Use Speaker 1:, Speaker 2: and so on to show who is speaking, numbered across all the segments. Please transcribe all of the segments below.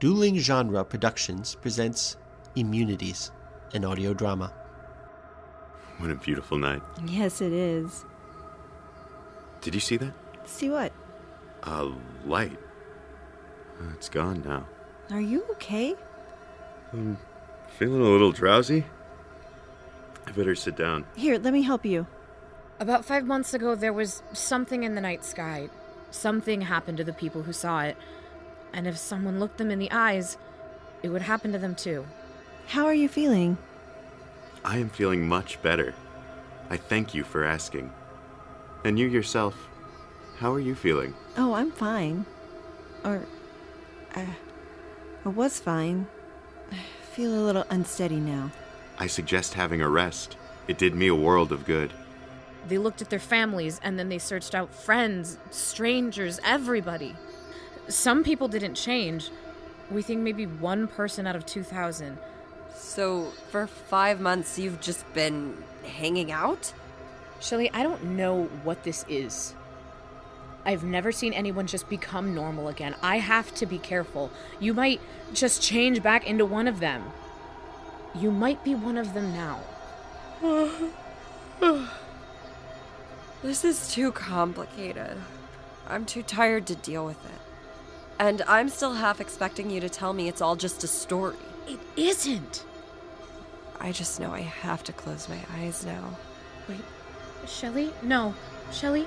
Speaker 1: Dueling Genre Productions presents Immunities, an audio drama.
Speaker 2: What a beautiful night.
Speaker 3: Yes, it is.
Speaker 2: Did you see that?
Speaker 3: See what?
Speaker 2: A light. Uh, It's gone now.
Speaker 3: Are you okay?
Speaker 2: I'm feeling a little drowsy. I better sit down.
Speaker 3: Here, let me help you.
Speaker 4: About five months ago, there was something in the night sky. Something happened to the people who saw it. And if someone looked them in the eyes, it would happen to them too.
Speaker 3: How are you feeling?
Speaker 2: I am feeling much better. I thank you for asking. And you yourself, how are you feeling?
Speaker 3: Oh, I'm fine. Or, uh, I was fine. Feel a little unsteady now.
Speaker 2: I suggest having a rest. It did me a world of good.
Speaker 4: They looked at their families and then they searched out friends, strangers, everybody. Some people didn't change. We think maybe one person out of 2,000.
Speaker 5: So, for five months, you've just been hanging out?
Speaker 4: Shelly, I don't know what this is. I've never seen anyone just become normal again. I have to be careful. You might just change back into one of them. You might be one of them now.
Speaker 5: This is too complicated. I'm too tired to deal with it. And I'm still half expecting you to tell me it's all just a story.
Speaker 4: It isn't.
Speaker 5: I just know I have to close my eyes now.
Speaker 4: Wait, Shelly? No. Shelly?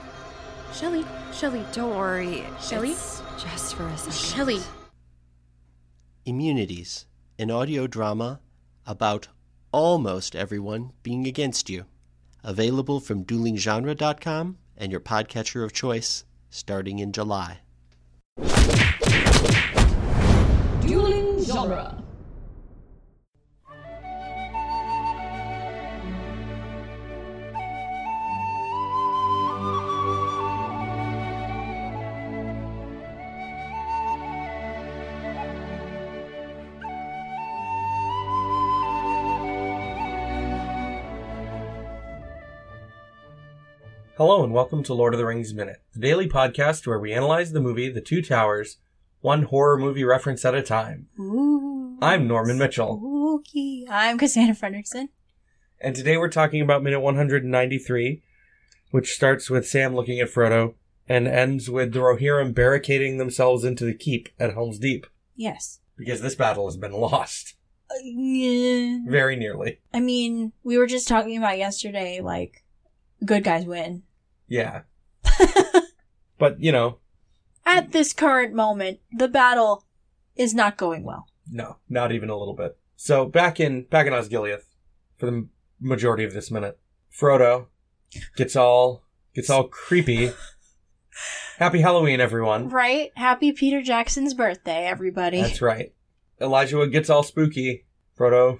Speaker 4: Shelly? Shelly?
Speaker 5: Don't worry.
Speaker 4: Shelley?
Speaker 5: It's just for a second.
Speaker 4: Shelly?
Speaker 1: Immunities, an audio drama about almost everyone being against you. Available from duelinggenre.com and your podcatcher of choice starting in July.
Speaker 6: Dueling Genre.
Speaker 7: Hello and welcome to Lord of the Rings Minute, the daily podcast where we analyze the movie The Two Towers, one horror movie reference at a time.
Speaker 8: Ooh.
Speaker 7: I'm Norman Mitchell,
Speaker 8: Spooky. I'm Cassandra Fredrickson.
Speaker 7: and today we're talking about minute 193, which starts with Sam looking at Frodo and ends with the Rohirrim barricading themselves into the keep at Helm's Deep
Speaker 8: Yes.
Speaker 7: because this battle has been lost
Speaker 8: Uh, yeah.
Speaker 7: very nearly.
Speaker 8: I mean, we were just talking about yesterday, like, good guys win.
Speaker 7: Yeah. but, you know,
Speaker 8: At this current moment, the battle is not going well.
Speaker 7: No, not even a little bit. So back in back in Osgiliath, for the m- majority of this minute, Frodo gets all gets all creepy. Happy Halloween, everyone!
Speaker 8: Right? Happy Peter Jackson's birthday, everybody.
Speaker 7: That's right. Elijah Wood gets all spooky. Frodo,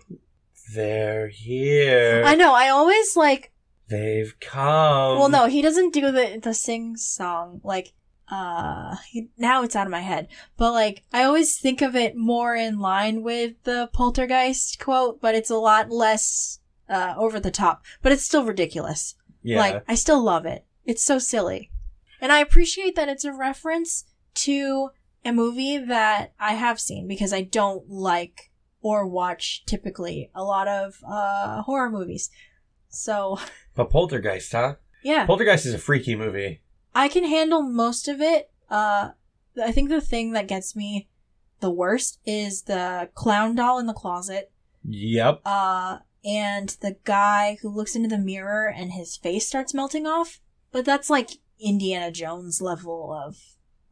Speaker 7: they're here.
Speaker 8: I know, I always like
Speaker 7: They've come.
Speaker 8: well no, he doesn't do the the sing song like uh he, now it's out of my head. But like I always think of it more in line with the poltergeist quote, but it's a lot less uh over the top, but it's still ridiculous.
Speaker 7: Yeah.
Speaker 8: Like I still love it. It's so silly. And I appreciate that it's a reference to a movie that I have seen because I don't like or watch typically a lot of uh horror movies. So,
Speaker 7: but Poltergeist, huh?
Speaker 8: yeah.
Speaker 7: Poltergeist is a freaky movie.
Speaker 8: I can handle most of it. Uh, I think the thing that gets me the worst is the clown doll in the closet.
Speaker 7: Yep.
Speaker 8: Uh, and the guy who looks into the mirror and his face starts melting off. But that's like Indiana Jones level of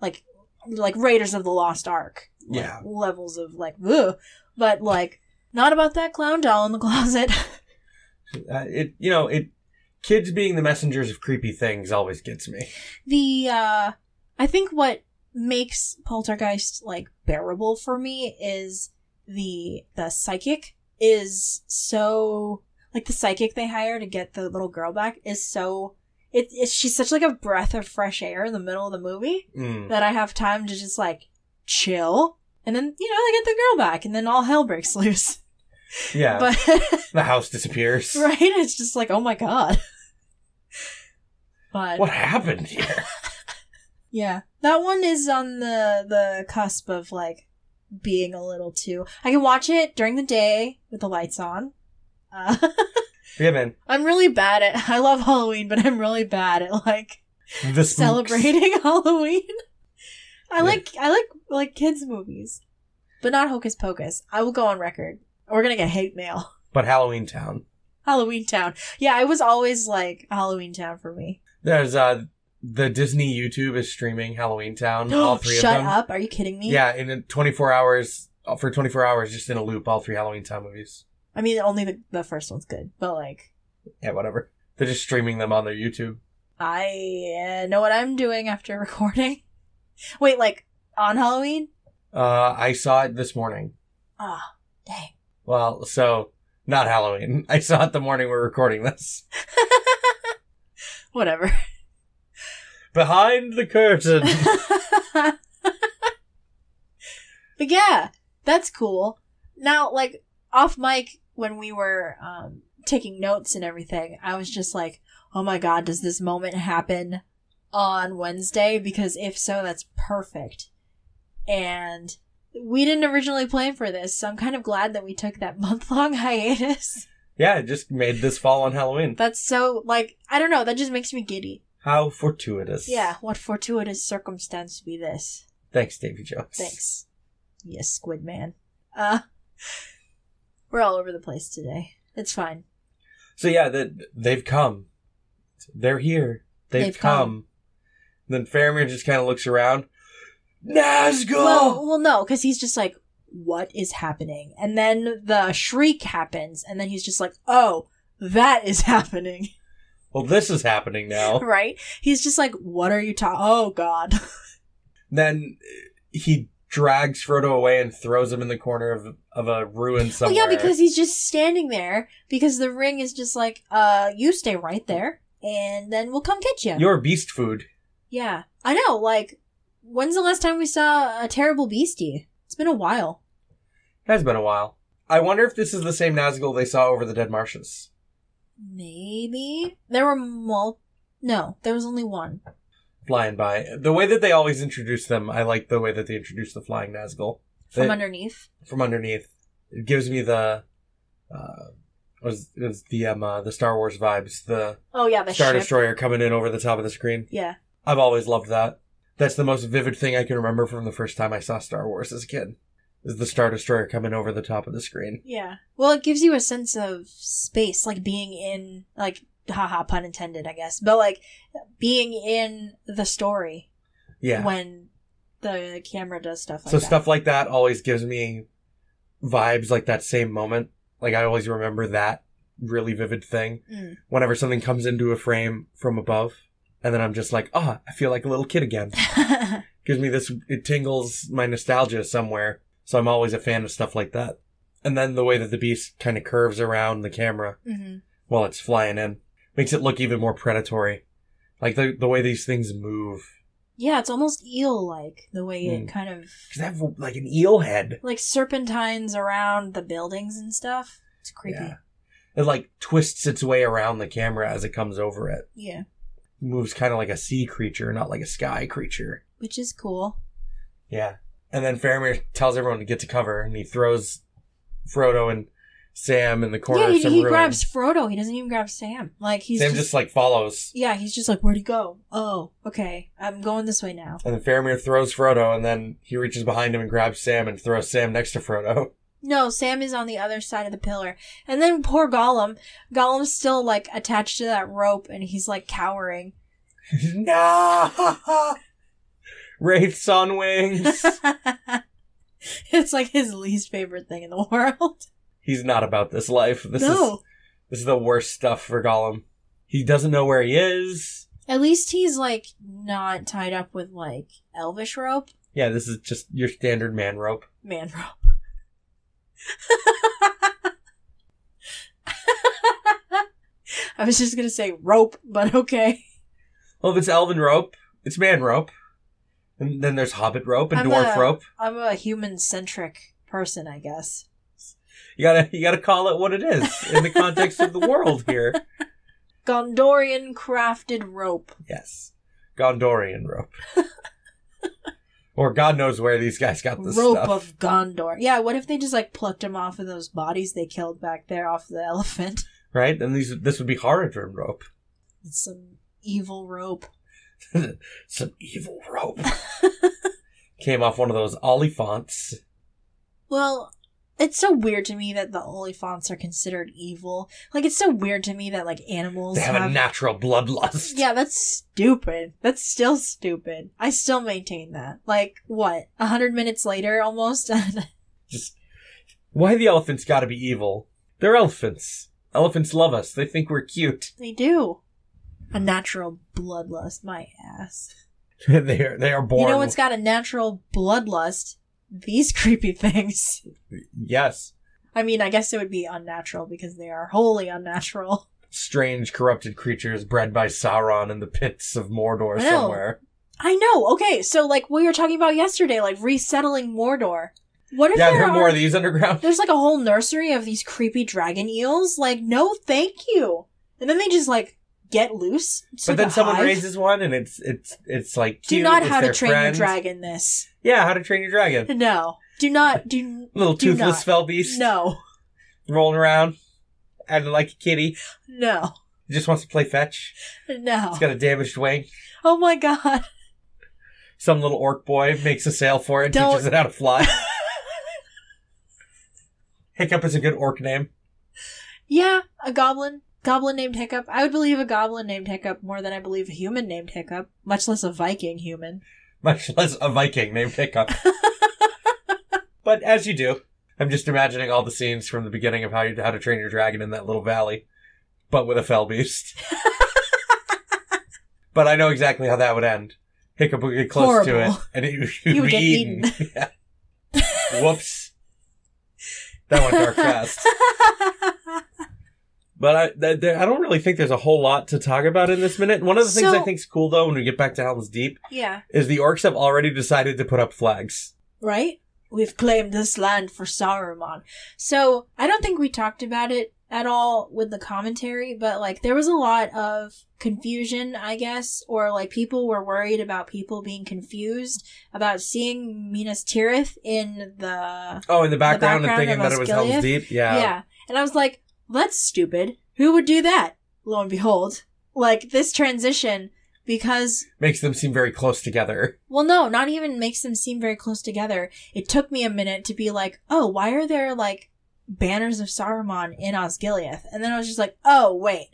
Speaker 8: like like Raiders of the Lost Ark. like,
Speaker 7: Yeah.
Speaker 8: levels of like ugh. But like not about that clown doll in the closet.
Speaker 7: Uh, it you know it. Kids being the messengers of creepy things always gets me.
Speaker 8: the uh i think what makes poltergeist like bearable for me is the the psychic is so like the psychic they hire to get the little girl back is so it, it she's such like a breath of fresh air in the middle of the movie
Speaker 7: Mm.
Speaker 8: that i have time to just like chill and then you know they get the girl back and then all hell breaks loose
Speaker 7: Yeah.
Speaker 8: but
Speaker 7: the house disappears.
Speaker 8: right it's just like oh my god but
Speaker 7: What happened here?
Speaker 8: Yeah, that one is on the the cusp of like being a little too. I can watch it during the day with the lights on. Uh,
Speaker 7: Yeah, man.
Speaker 8: I'm really bad at. I love Halloween, but I'm really bad at like
Speaker 7: The spooks.
Speaker 8: celebrating Halloween. I
Speaker 7: Yeah.
Speaker 8: like I like like kids movies, but not Hocus Pocus. I will go on record. We're gonna get hate mail.
Speaker 7: But Halloween Town.
Speaker 8: Halloween Town. Yeah, I was always like Halloween Town for me.
Speaker 7: There's uh the Disney YouTube is streaming Halloween Town. all three
Speaker 8: Shut
Speaker 7: of them.
Speaker 8: up! Are you kidding me?
Speaker 7: Yeah, in a 24 hours uh, for 24 hours, just in a loop, all three Halloween Town movies.
Speaker 8: I mean, only the, the first one's good, but like
Speaker 7: Yeah, whatever. They're just streaming them on their YouTube.
Speaker 8: I uh, know what I'm doing after recording. Wait, like on Halloween?
Speaker 7: Uh, I saw it this morning.
Speaker 8: Ah, dang.
Speaker 7: Well, so not Halloween. I saw it the morning we're recording this.
Speaker 8: Whatever.
Speaker 7: Behind the curtain.
Speaker 8: but yeah, that's cool. Now, like off mic, when we were um, taking notes and everything, I was just like, "Oh my god, does this moment happen on Wednesday? Because if so, that's perfect." And we didn't originally plan for this, so I'm kind of glad that we took that month long hiatus.
Speaker 7: yeah, it just made this fall on Halloween.
Speaker 8: That's so like I don't know. That just makes me giddy.
Speaker 7: How fortuitous.
Speaker 8: Yeah, what fortuitous circumstance to be this?
Speaker 7: Thanks, Davy Jones.
Speaker 8: Thanks. Yes, Squid Man. Uh, we're all over the place today. It's fine.
Speaker 7: So yeah, that they've come. They're here. They've,
Speaker 8: They've
Speaker 7: come.
Speaker 8: come.
Speaker 7: Then Faramir just kind of looks around. Nazgul.
Speaker 8: Well, well, no, because he's just like, what is happening? And then the shriek happens, and then he's just like, oh, that is happening,
Speaker 7: Well, this is happening now.
Speaker 8: right? He's just like, what are you talking? Oh God,
Speaker 7: Then he drags Frodo away and throws him in the corner of of a ruin
Speaker 8: well,
Speaker 7: somewhere.
Speaker 8: yeah, because he's just standing there because the ring is just like, uh, you stay right there, and then we'll come get you.
Speaker 7: you're beast food.
Speaker 8: Yeah. I know, like, when's the last time we saw a terrible beastie? It's been a while.
Speaker 7: Has been a while. I wonder if this is the same Nazgul they saw over the dead marshes.
Speaker 8: Maybe? There were mul- No, there was only one.
Speaker 7: Flying by. The way that they always introduce them, I like the way that they introduce the flying Nazgul.
Speaker 8: From
Speaker 7: They-
Speaker 8: underneath.
Speaker 7: from underneath. It gives me the uh, was it was the um, uh, the Star Wars vibes. The
Speaker 8: Oh, yeah, the
Speaker 7: Star
Speaker 8: ship.
Speaker 7: Destroyer coming in over the top of the screen.
Speaker 8: Yeah.
Speaker 7: I've always loved that. That's the most vivid thing I can remember from the first time I saw Star Wars as a kid. Is the Star Destroyer coming over the top of the screen?
Speaker 8: Yeah. Well, it gives you a sense of space, like being in, like, haha, pun intended, I guess, but like being in the story
Speaker 7: Yeah.
Speaker 8: when the camera does stuff like
Speaker 7: so
Speaker 8: that.
Speaker 7: stuff like that always gives me vibes like that same moment. Like I always remember that really vivid thing
Speaker 8: Mm.
Speaker 7: whenever something comes into a frame from above, and then I'm just like, ah, I feel like a little kid again. gives me this it tingles my nostalgia somewhere so i'm always a fan of stuff like that and then the way that the beast kind of curves around the camera
Speaker 8: hmm
Speaker 7: while it's flying in makes it look even more predatory like the, the way these things move
Speaker 8: Yeah, it's almost eel like the way
Speaker 7: Mm.
Speaker 8: it kind of
Speaker 7: because they have like an eel head
Speaker 8: like serpentines around the buildings and stuff. It's creepy. Yeah.
Speaker 7: it like twists its way around the camera as it comes over it moves kind of like a sea creature not like a sky creature
Speaker 8: Which is cool.
Speaker 7: Yeah. And then Faramir tells everyone to get to cover, and he throws Frodo and Sam in the corner
Speaker 8: yeah,
Speaker 7: of
Speaker 8: he,
Speaker 7: some
Speaker 8: he
Speaker 7: ruin.
Speaker 8: grabs Frodo. He doesn't even grab Sam. Like he's
Speaker 7: Sam
Speaker 8: just,
Speaker 7: just, like follows,
Speaker 8: yeah, he's just like, where'd he go? Oh, okay, I'm going this way now.
Speaker 7: and then Faramir throws Frodo, and then he reaches behind him and grabs Sam and throws Sam next to Frodo.
Speaker 8: No, Sam is on the other side of the pillar, and then poor Gollum. Gollum's still like attached to that rope, and he's like cowering.
Speaker 7: no, wraiths on wings.
Speaker 8: it's like his least favorite thing in the world.
Speaker 7: He's not about this life. This
Speaker 8: no,
Speaker 7: is this is the worst stuff for Gollum. He doesn't know where he is.
Speaker 8: at least he's like not tied up with like elvish rope.
Speaker 7: Yeah, this is just your standard man rope.
Speaker 8: man rope. I was just gonna say rope, but okay.
Speaker 7: Well, if it's elven rope, it's man rope. And then there's hobbit rope and
Speaker 8: I'm
Speaker 7: dwarf
Speaker 8: a-
Speaker 7: rope.
Speaker 8: I'm a human centric person, I guess.
Speaker 7: You gotta you gotta call it what it is in the context of the world here.
Speaker 8: Gondorian crafted rope.
Speaker 7: Yes. Gondorian rope. Or God knows where these guys got this
Speaker 8: rope
Speaker 7: stuff.
Speaker 8: of Gondor. Yeah, what if they just like plucked him off of those bodies they killed back there off the elephant?
Speaker 7: right? Then these this would be Haradrim rope.
Speaker 8: It's some evil rope.
Speaker 7: Some evil rope. Came off one of those oliphants.
Speaker 8: Well, it's so weird to me that the Oliphants are considered evil. Like it's so weird to me that like animals
Speaker 7: They have, a natural bloodlust.
Speaker 8: Yeah, that's stupid. That's still stupid. I still maintain that. Like what? A hundred minutes later, almost.
Speaker 7: Just why the elephants gotta be evil? They're elephants. Elephants love us. They think we're cute.
Speaker 8: they do. A natural bloodlust, my ass.
Speaker 7: they are they are born.
Speaker 8: You know what's got a natural bloodlust? These creepy things.
Speaker 7: yes.
Speaker 8: I mean, I guess it would be unnatural because they are wholly unnatural.
Speaker 7: Strange corrupted creatures bred by Sauron in the pits of Mordor
Speaker 8: Well,
Speaker 7: somewhere.
Speaker 8: I know. Okay, so like we were talking about yesterday, like resettling Mordor. What if
Speaker 7: Yeah,
Speaker 8: there
Speaker 7: there are more
Speaker 8: are-
Speaker 7: of these underground.
Speaker 8: There's like a whole nursery of these creepy dragon eels. Like, no, thank you. And then they just like get loose. It's
Speaker 7: But
Speaker 8: like
Speaker 7: then
Speaker 8: a
Speaker 7: someone
Speaker 8: hive.
Speaker 7: raises one and it's it's it's like
Speaker 8: Do
Speaker 7: cute,
Speaker 8: not
Speaker 7: it's
Speaker 8: how to
Speaker 7: their
Speaker 8: train
Speaker 7: friend.
Speaker 8: your dragon. This
Speaker 7: Yeah, how to train your dragon.
Speaker 8: no. Do not do
Speaker 7: Little
Speaker 8: do
Speaker 7: toothless
Speaker 8: not.
Speaker 7: fell beast
Speaker 8: No,
Speaker 7: rolling around. Acting like a kitty.
Speaker 8: no,
Speaker 7: He just wants to play fetch.
Speaker 8: no.
Speaker 7: He's got a damaged wing.
Speaker 8: Oh my god.
Speaker 7: Some little orc boy makes a sail for it,
Speaker 8: Don't-
Speaker 7: teaches it how to fly. Hiccup is a good orc name.
Speaker 8: Yeah, a goblin. Goblin named Hiccup. I would believe a goblin named Hiccup more than I believe a human named Hiccup, much less a Viking human.
Speaker 7: much less a Viking named Hiccup. but as you do, I'm just imagining all the scenes from the beginning of how you how to train your dragon in that little valley, but with a fell beast. but I know exactly how that would end. Hiccup would get close to it,
Speaker 8: Horrible.
Speaker 7: and it, would
Speaker 8: He would
Speaker 7: be
Speaker 8: get
Speaker 7: eaten. Yeah. Whoops. That went dark fast. But I, th- there- I don't really think there's a whole lot to talk about in this minute. One of the things
Speaker 8: So-
Speaker 7: I think's cool though, when we get back to Helm's Deep,
Speaker 8: yeah.
Speaker 7: is the orcs have already decided to put up flags.
Speaker 8: Right? We've claimed this land for Saruman. So I don't think we talked about it at all with the commentary, but like there was a lot of confusion, I guess, or like people were worried about people being confused about seeing Minas Tirith in the
Speaker 7: Oh, in the background,
Speaker 8: background
Speaker 7: and thinking
Speaker 8: of
Speaker 7: that it was Helm's
Speaker 8: Osgiliath?
Speaker 7: Deep. Yeah.
Speaker 8: Yeah. And I was like, that's stupid. Who would do that? Lo and behold, like this transition, because,
Speaker 7: Makes them seem very close together.
Speaker 8: well, no, not even makes them seem very close together. It took me a minute to be like, oh, why are there like banners of Saruman in Osgiliath? And then I was just like, oh, wait.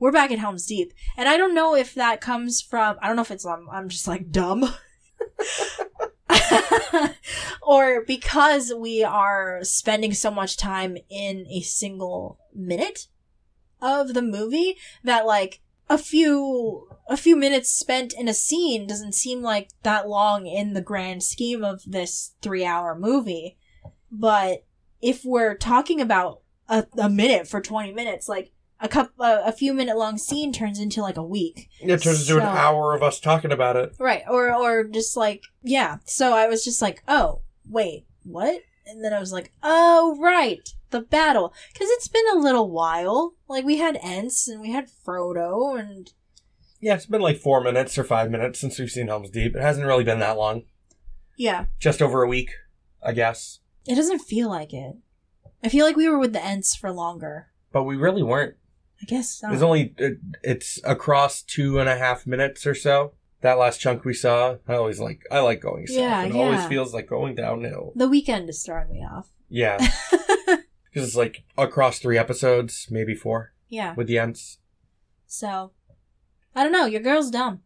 Speaker 8: We're back at Helm's Deep. And I don't know if that comes from, I don't know if it's, um, I'm just like dumb. or because we are spending so much time in a single minute of the movie that like a few a few minutes spent in a scene doesn't seem like that long in the grand scheme of this 3 hour movie but if we're talking about a, a minute for 20 minutes like a couple a, a few minute long scene turns into like a week
Speaker 7: It
Speaker 8: turns into an So- hour
Speaker 7: of us talking about it.
Speaker 8: Right. Or or just like yeah. So I was just like, oh wait, what? And then I was like, oh right, the battle, because it's been a little while. Like we had Ents and we had Frodo and
Speaker 7: Yeah, it's been like four minutes or five minutes since we've seen Helm's Deep. It hasn't really been that long.
Speaker 8: yeah.
Speaker 7: Just over a week, I guess.
Speaker 8: It doesn't feel like it. I feel like we were with the Ents for longer.
Speaker 7: But we really weren't.
Speaker 8: I guess not.
Speaker 7: It's only it, it's across two and a half minutes or so. That last chunk we saw, I always like. I like going south.
Speaker 8: Yeah,
Speaker 7: it always
Speaker 8: yeah.
Speaker 7: feels like going downhill.
Speaker 8: the weekend is throwing me off.
Speaker 7: Yeah, because it's like across three episodes, maybe four,
Speaker 8: yeah.
Speaker 7: with the ends.
Speaker 8: So I don't know. Your girl's dumb.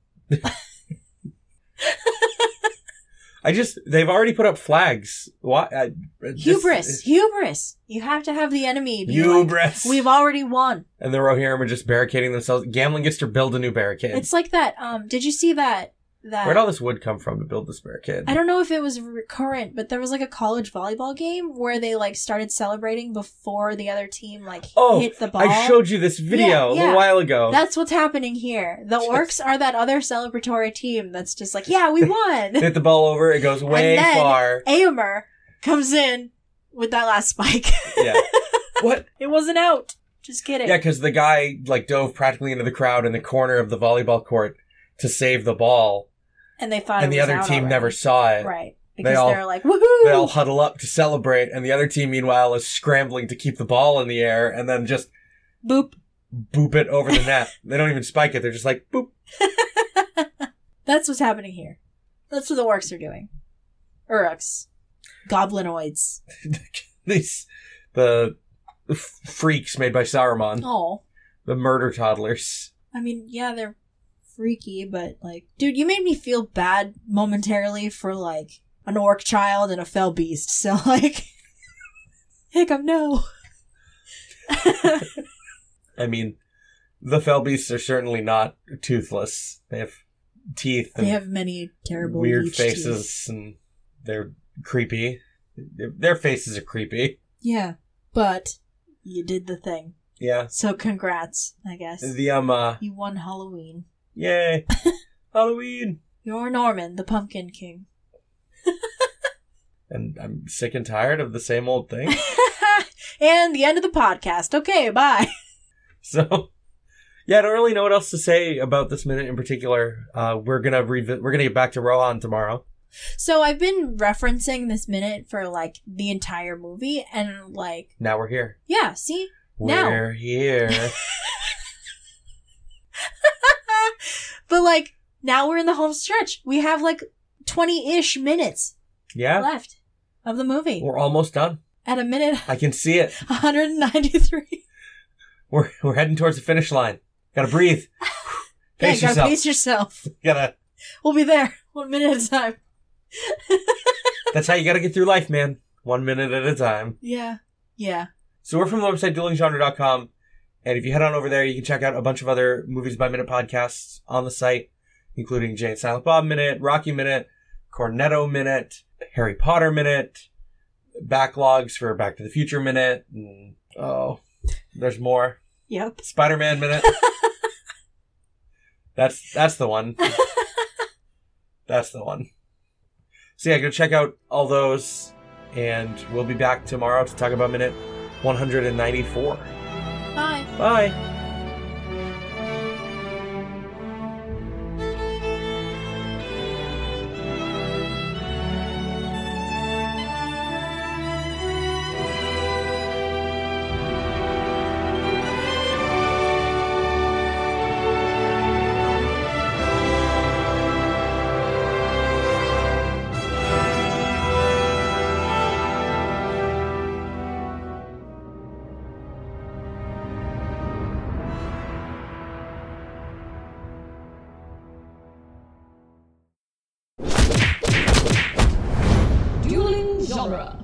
Speaker 7: I just they've already put up flags. Why I, this-
Speaker 8: Hubris. hubris. You have to have the enemy. Be like,
Speaker 7: Hubris.
Speaker 8: We've already won.
Speaker 7: and the Rohirrim are just barricading themselves. Gamlin gets to build a new barricade.
Speaker 8: It's like that. Um, did you see that? That
Speaker 7: Where'd all this wood come from to build this barricade?
Speaker 8: I don't know if it was recurrent, but there was like a college volleyball game where they like started celebrating before the other team like
Speaker 7: Oh,
Speaker 8: hit the ball.
Speaker 7: I showed you this video a
Speaker 8: Yeah, yeah.
Speaker 7: little while ago.
Speaker 8: That's what's happening here. The orcs are that other celebratory team that's just like, yeah, we won.
Speaker 7: Hit the ball over. It goes way
Speaker 8: And then-
Speaker 7: far.
Speaker 8: Aomer comes in with that last spike.
Speaker 7: yeah. What?
Speaker 8: it wasn't out. Just kidding.
Speaker 7: Yeah, because the guy like dove practically into the crowd in the corner of the volleyball court to save the ball,
Speaker 8: and they thought
Speaker 7: and
Speaker 8: it
Speaker 7: the
Speaker 8: was
Speaker 7: other
Speaker 8: out
Speaker 7: team
Speaker 8: already.
Speaker 7: never saw it.
Speaker 8: right because they
Speaker 7: all-
Speaker 8: are like woohoo.
Speaker 7: They all huddle up to celebrate, and the other team, meanwhile, is scrambling to keep the ball in the air and then just
Speaker 8: Boop.
Speaker 7: boop it over the net. They don't even spike it. They're just like boop.
Speaker 8: That's what's happening here. That's what the orcs are doing. Uruks, goblinoids.
Speaker 7: These the f- freaks made by Saruman,
Speaker 8: Oh,
Speaker 7: the murder toddlers.
Speaker 8: I mean, yeah, they're freaky, but like, dude, you made me feel bad momentarily for like an orc child and a fell beast. So like, Hickam, no.
Speaker 7: I mean, the fell beasts are certainly not toothless. They have teeth.
Speaker 8: They
Speaker 7: and
Speaker 8: have many terrible
Speaker 7: weird
Speaker 8: leech teeth.
Speaker 7: faces, and they're creepy. Their, their faces are creepy.
Speaker 8: Yeah, but you did the thing.
Speaker 7: Yeah.
Speaker 8: So congrats, I guess.
Speaker 7: The um. Uh,
Speaker 8: you won Halloween.
Speaker 7: yay. Halloween.
Speaker 8: You're Norman, the Pumpkin King.
Speaker 7: And I'm sick and tired of the same old thing.
Speaker 8: and the end of the podcast. Okay, bye.
Speaker 7: So, yeah, I don't really know what else to say about this minute in particular. Uh, we're gonna revi- we're gonna get back to Rohan tomorrow.
Speaker 8: So I've been referencing this minute for like the entire movie, and like,
Speaker 7: Now we're here.
Speaker 8: yeah, see, Now.
Speaker 7: We're here.
Speaker 8: but like now we're in the home stretch. We have like twenty-ish minutes
Speaker 7: yeah,
Speaker 8: left of the movie
Speaker 7: we're almost done.
Speaker 8: at a minute
Speaker 7: I can see it.
Speaker 8: 193.
Speaker 7: We're we're heading towards the finish line. Gotta breathe.
Speaker 8: yeah,
Speaker 7: Pace
Speaker 8: you gotta
Speaker 7: yourself.
Speaker 8: pace yourself.
Speaker 7: Gotta.
Speaker 8: We'll be there one minute at a time.
Speaker 7: That's how you gotta get through life, man. One minute at a time.
Speaker 8: Yeah, yeah.
Speaker 7: So we're from the website duelinggenre.com. And if you head on over there, you can check out a bunch of other movies by minute podcasts on the site, including Jane Silent Bob Minute, Rocky Minute, Cornetto Minute, Harry Potter Minute, backlogs for Back to the Future Minute. And, oh, there's more.
Speaker 8: Yep.
Speaker 7: Spider Man Minute. that's that's the one. that's the one. So yeah, go check out all those, and we'll be back tomorrow to talk about minute 194.
Speaker 8: Bye.
Speaker 7: Bye.
Speaker 6: Dueling genre.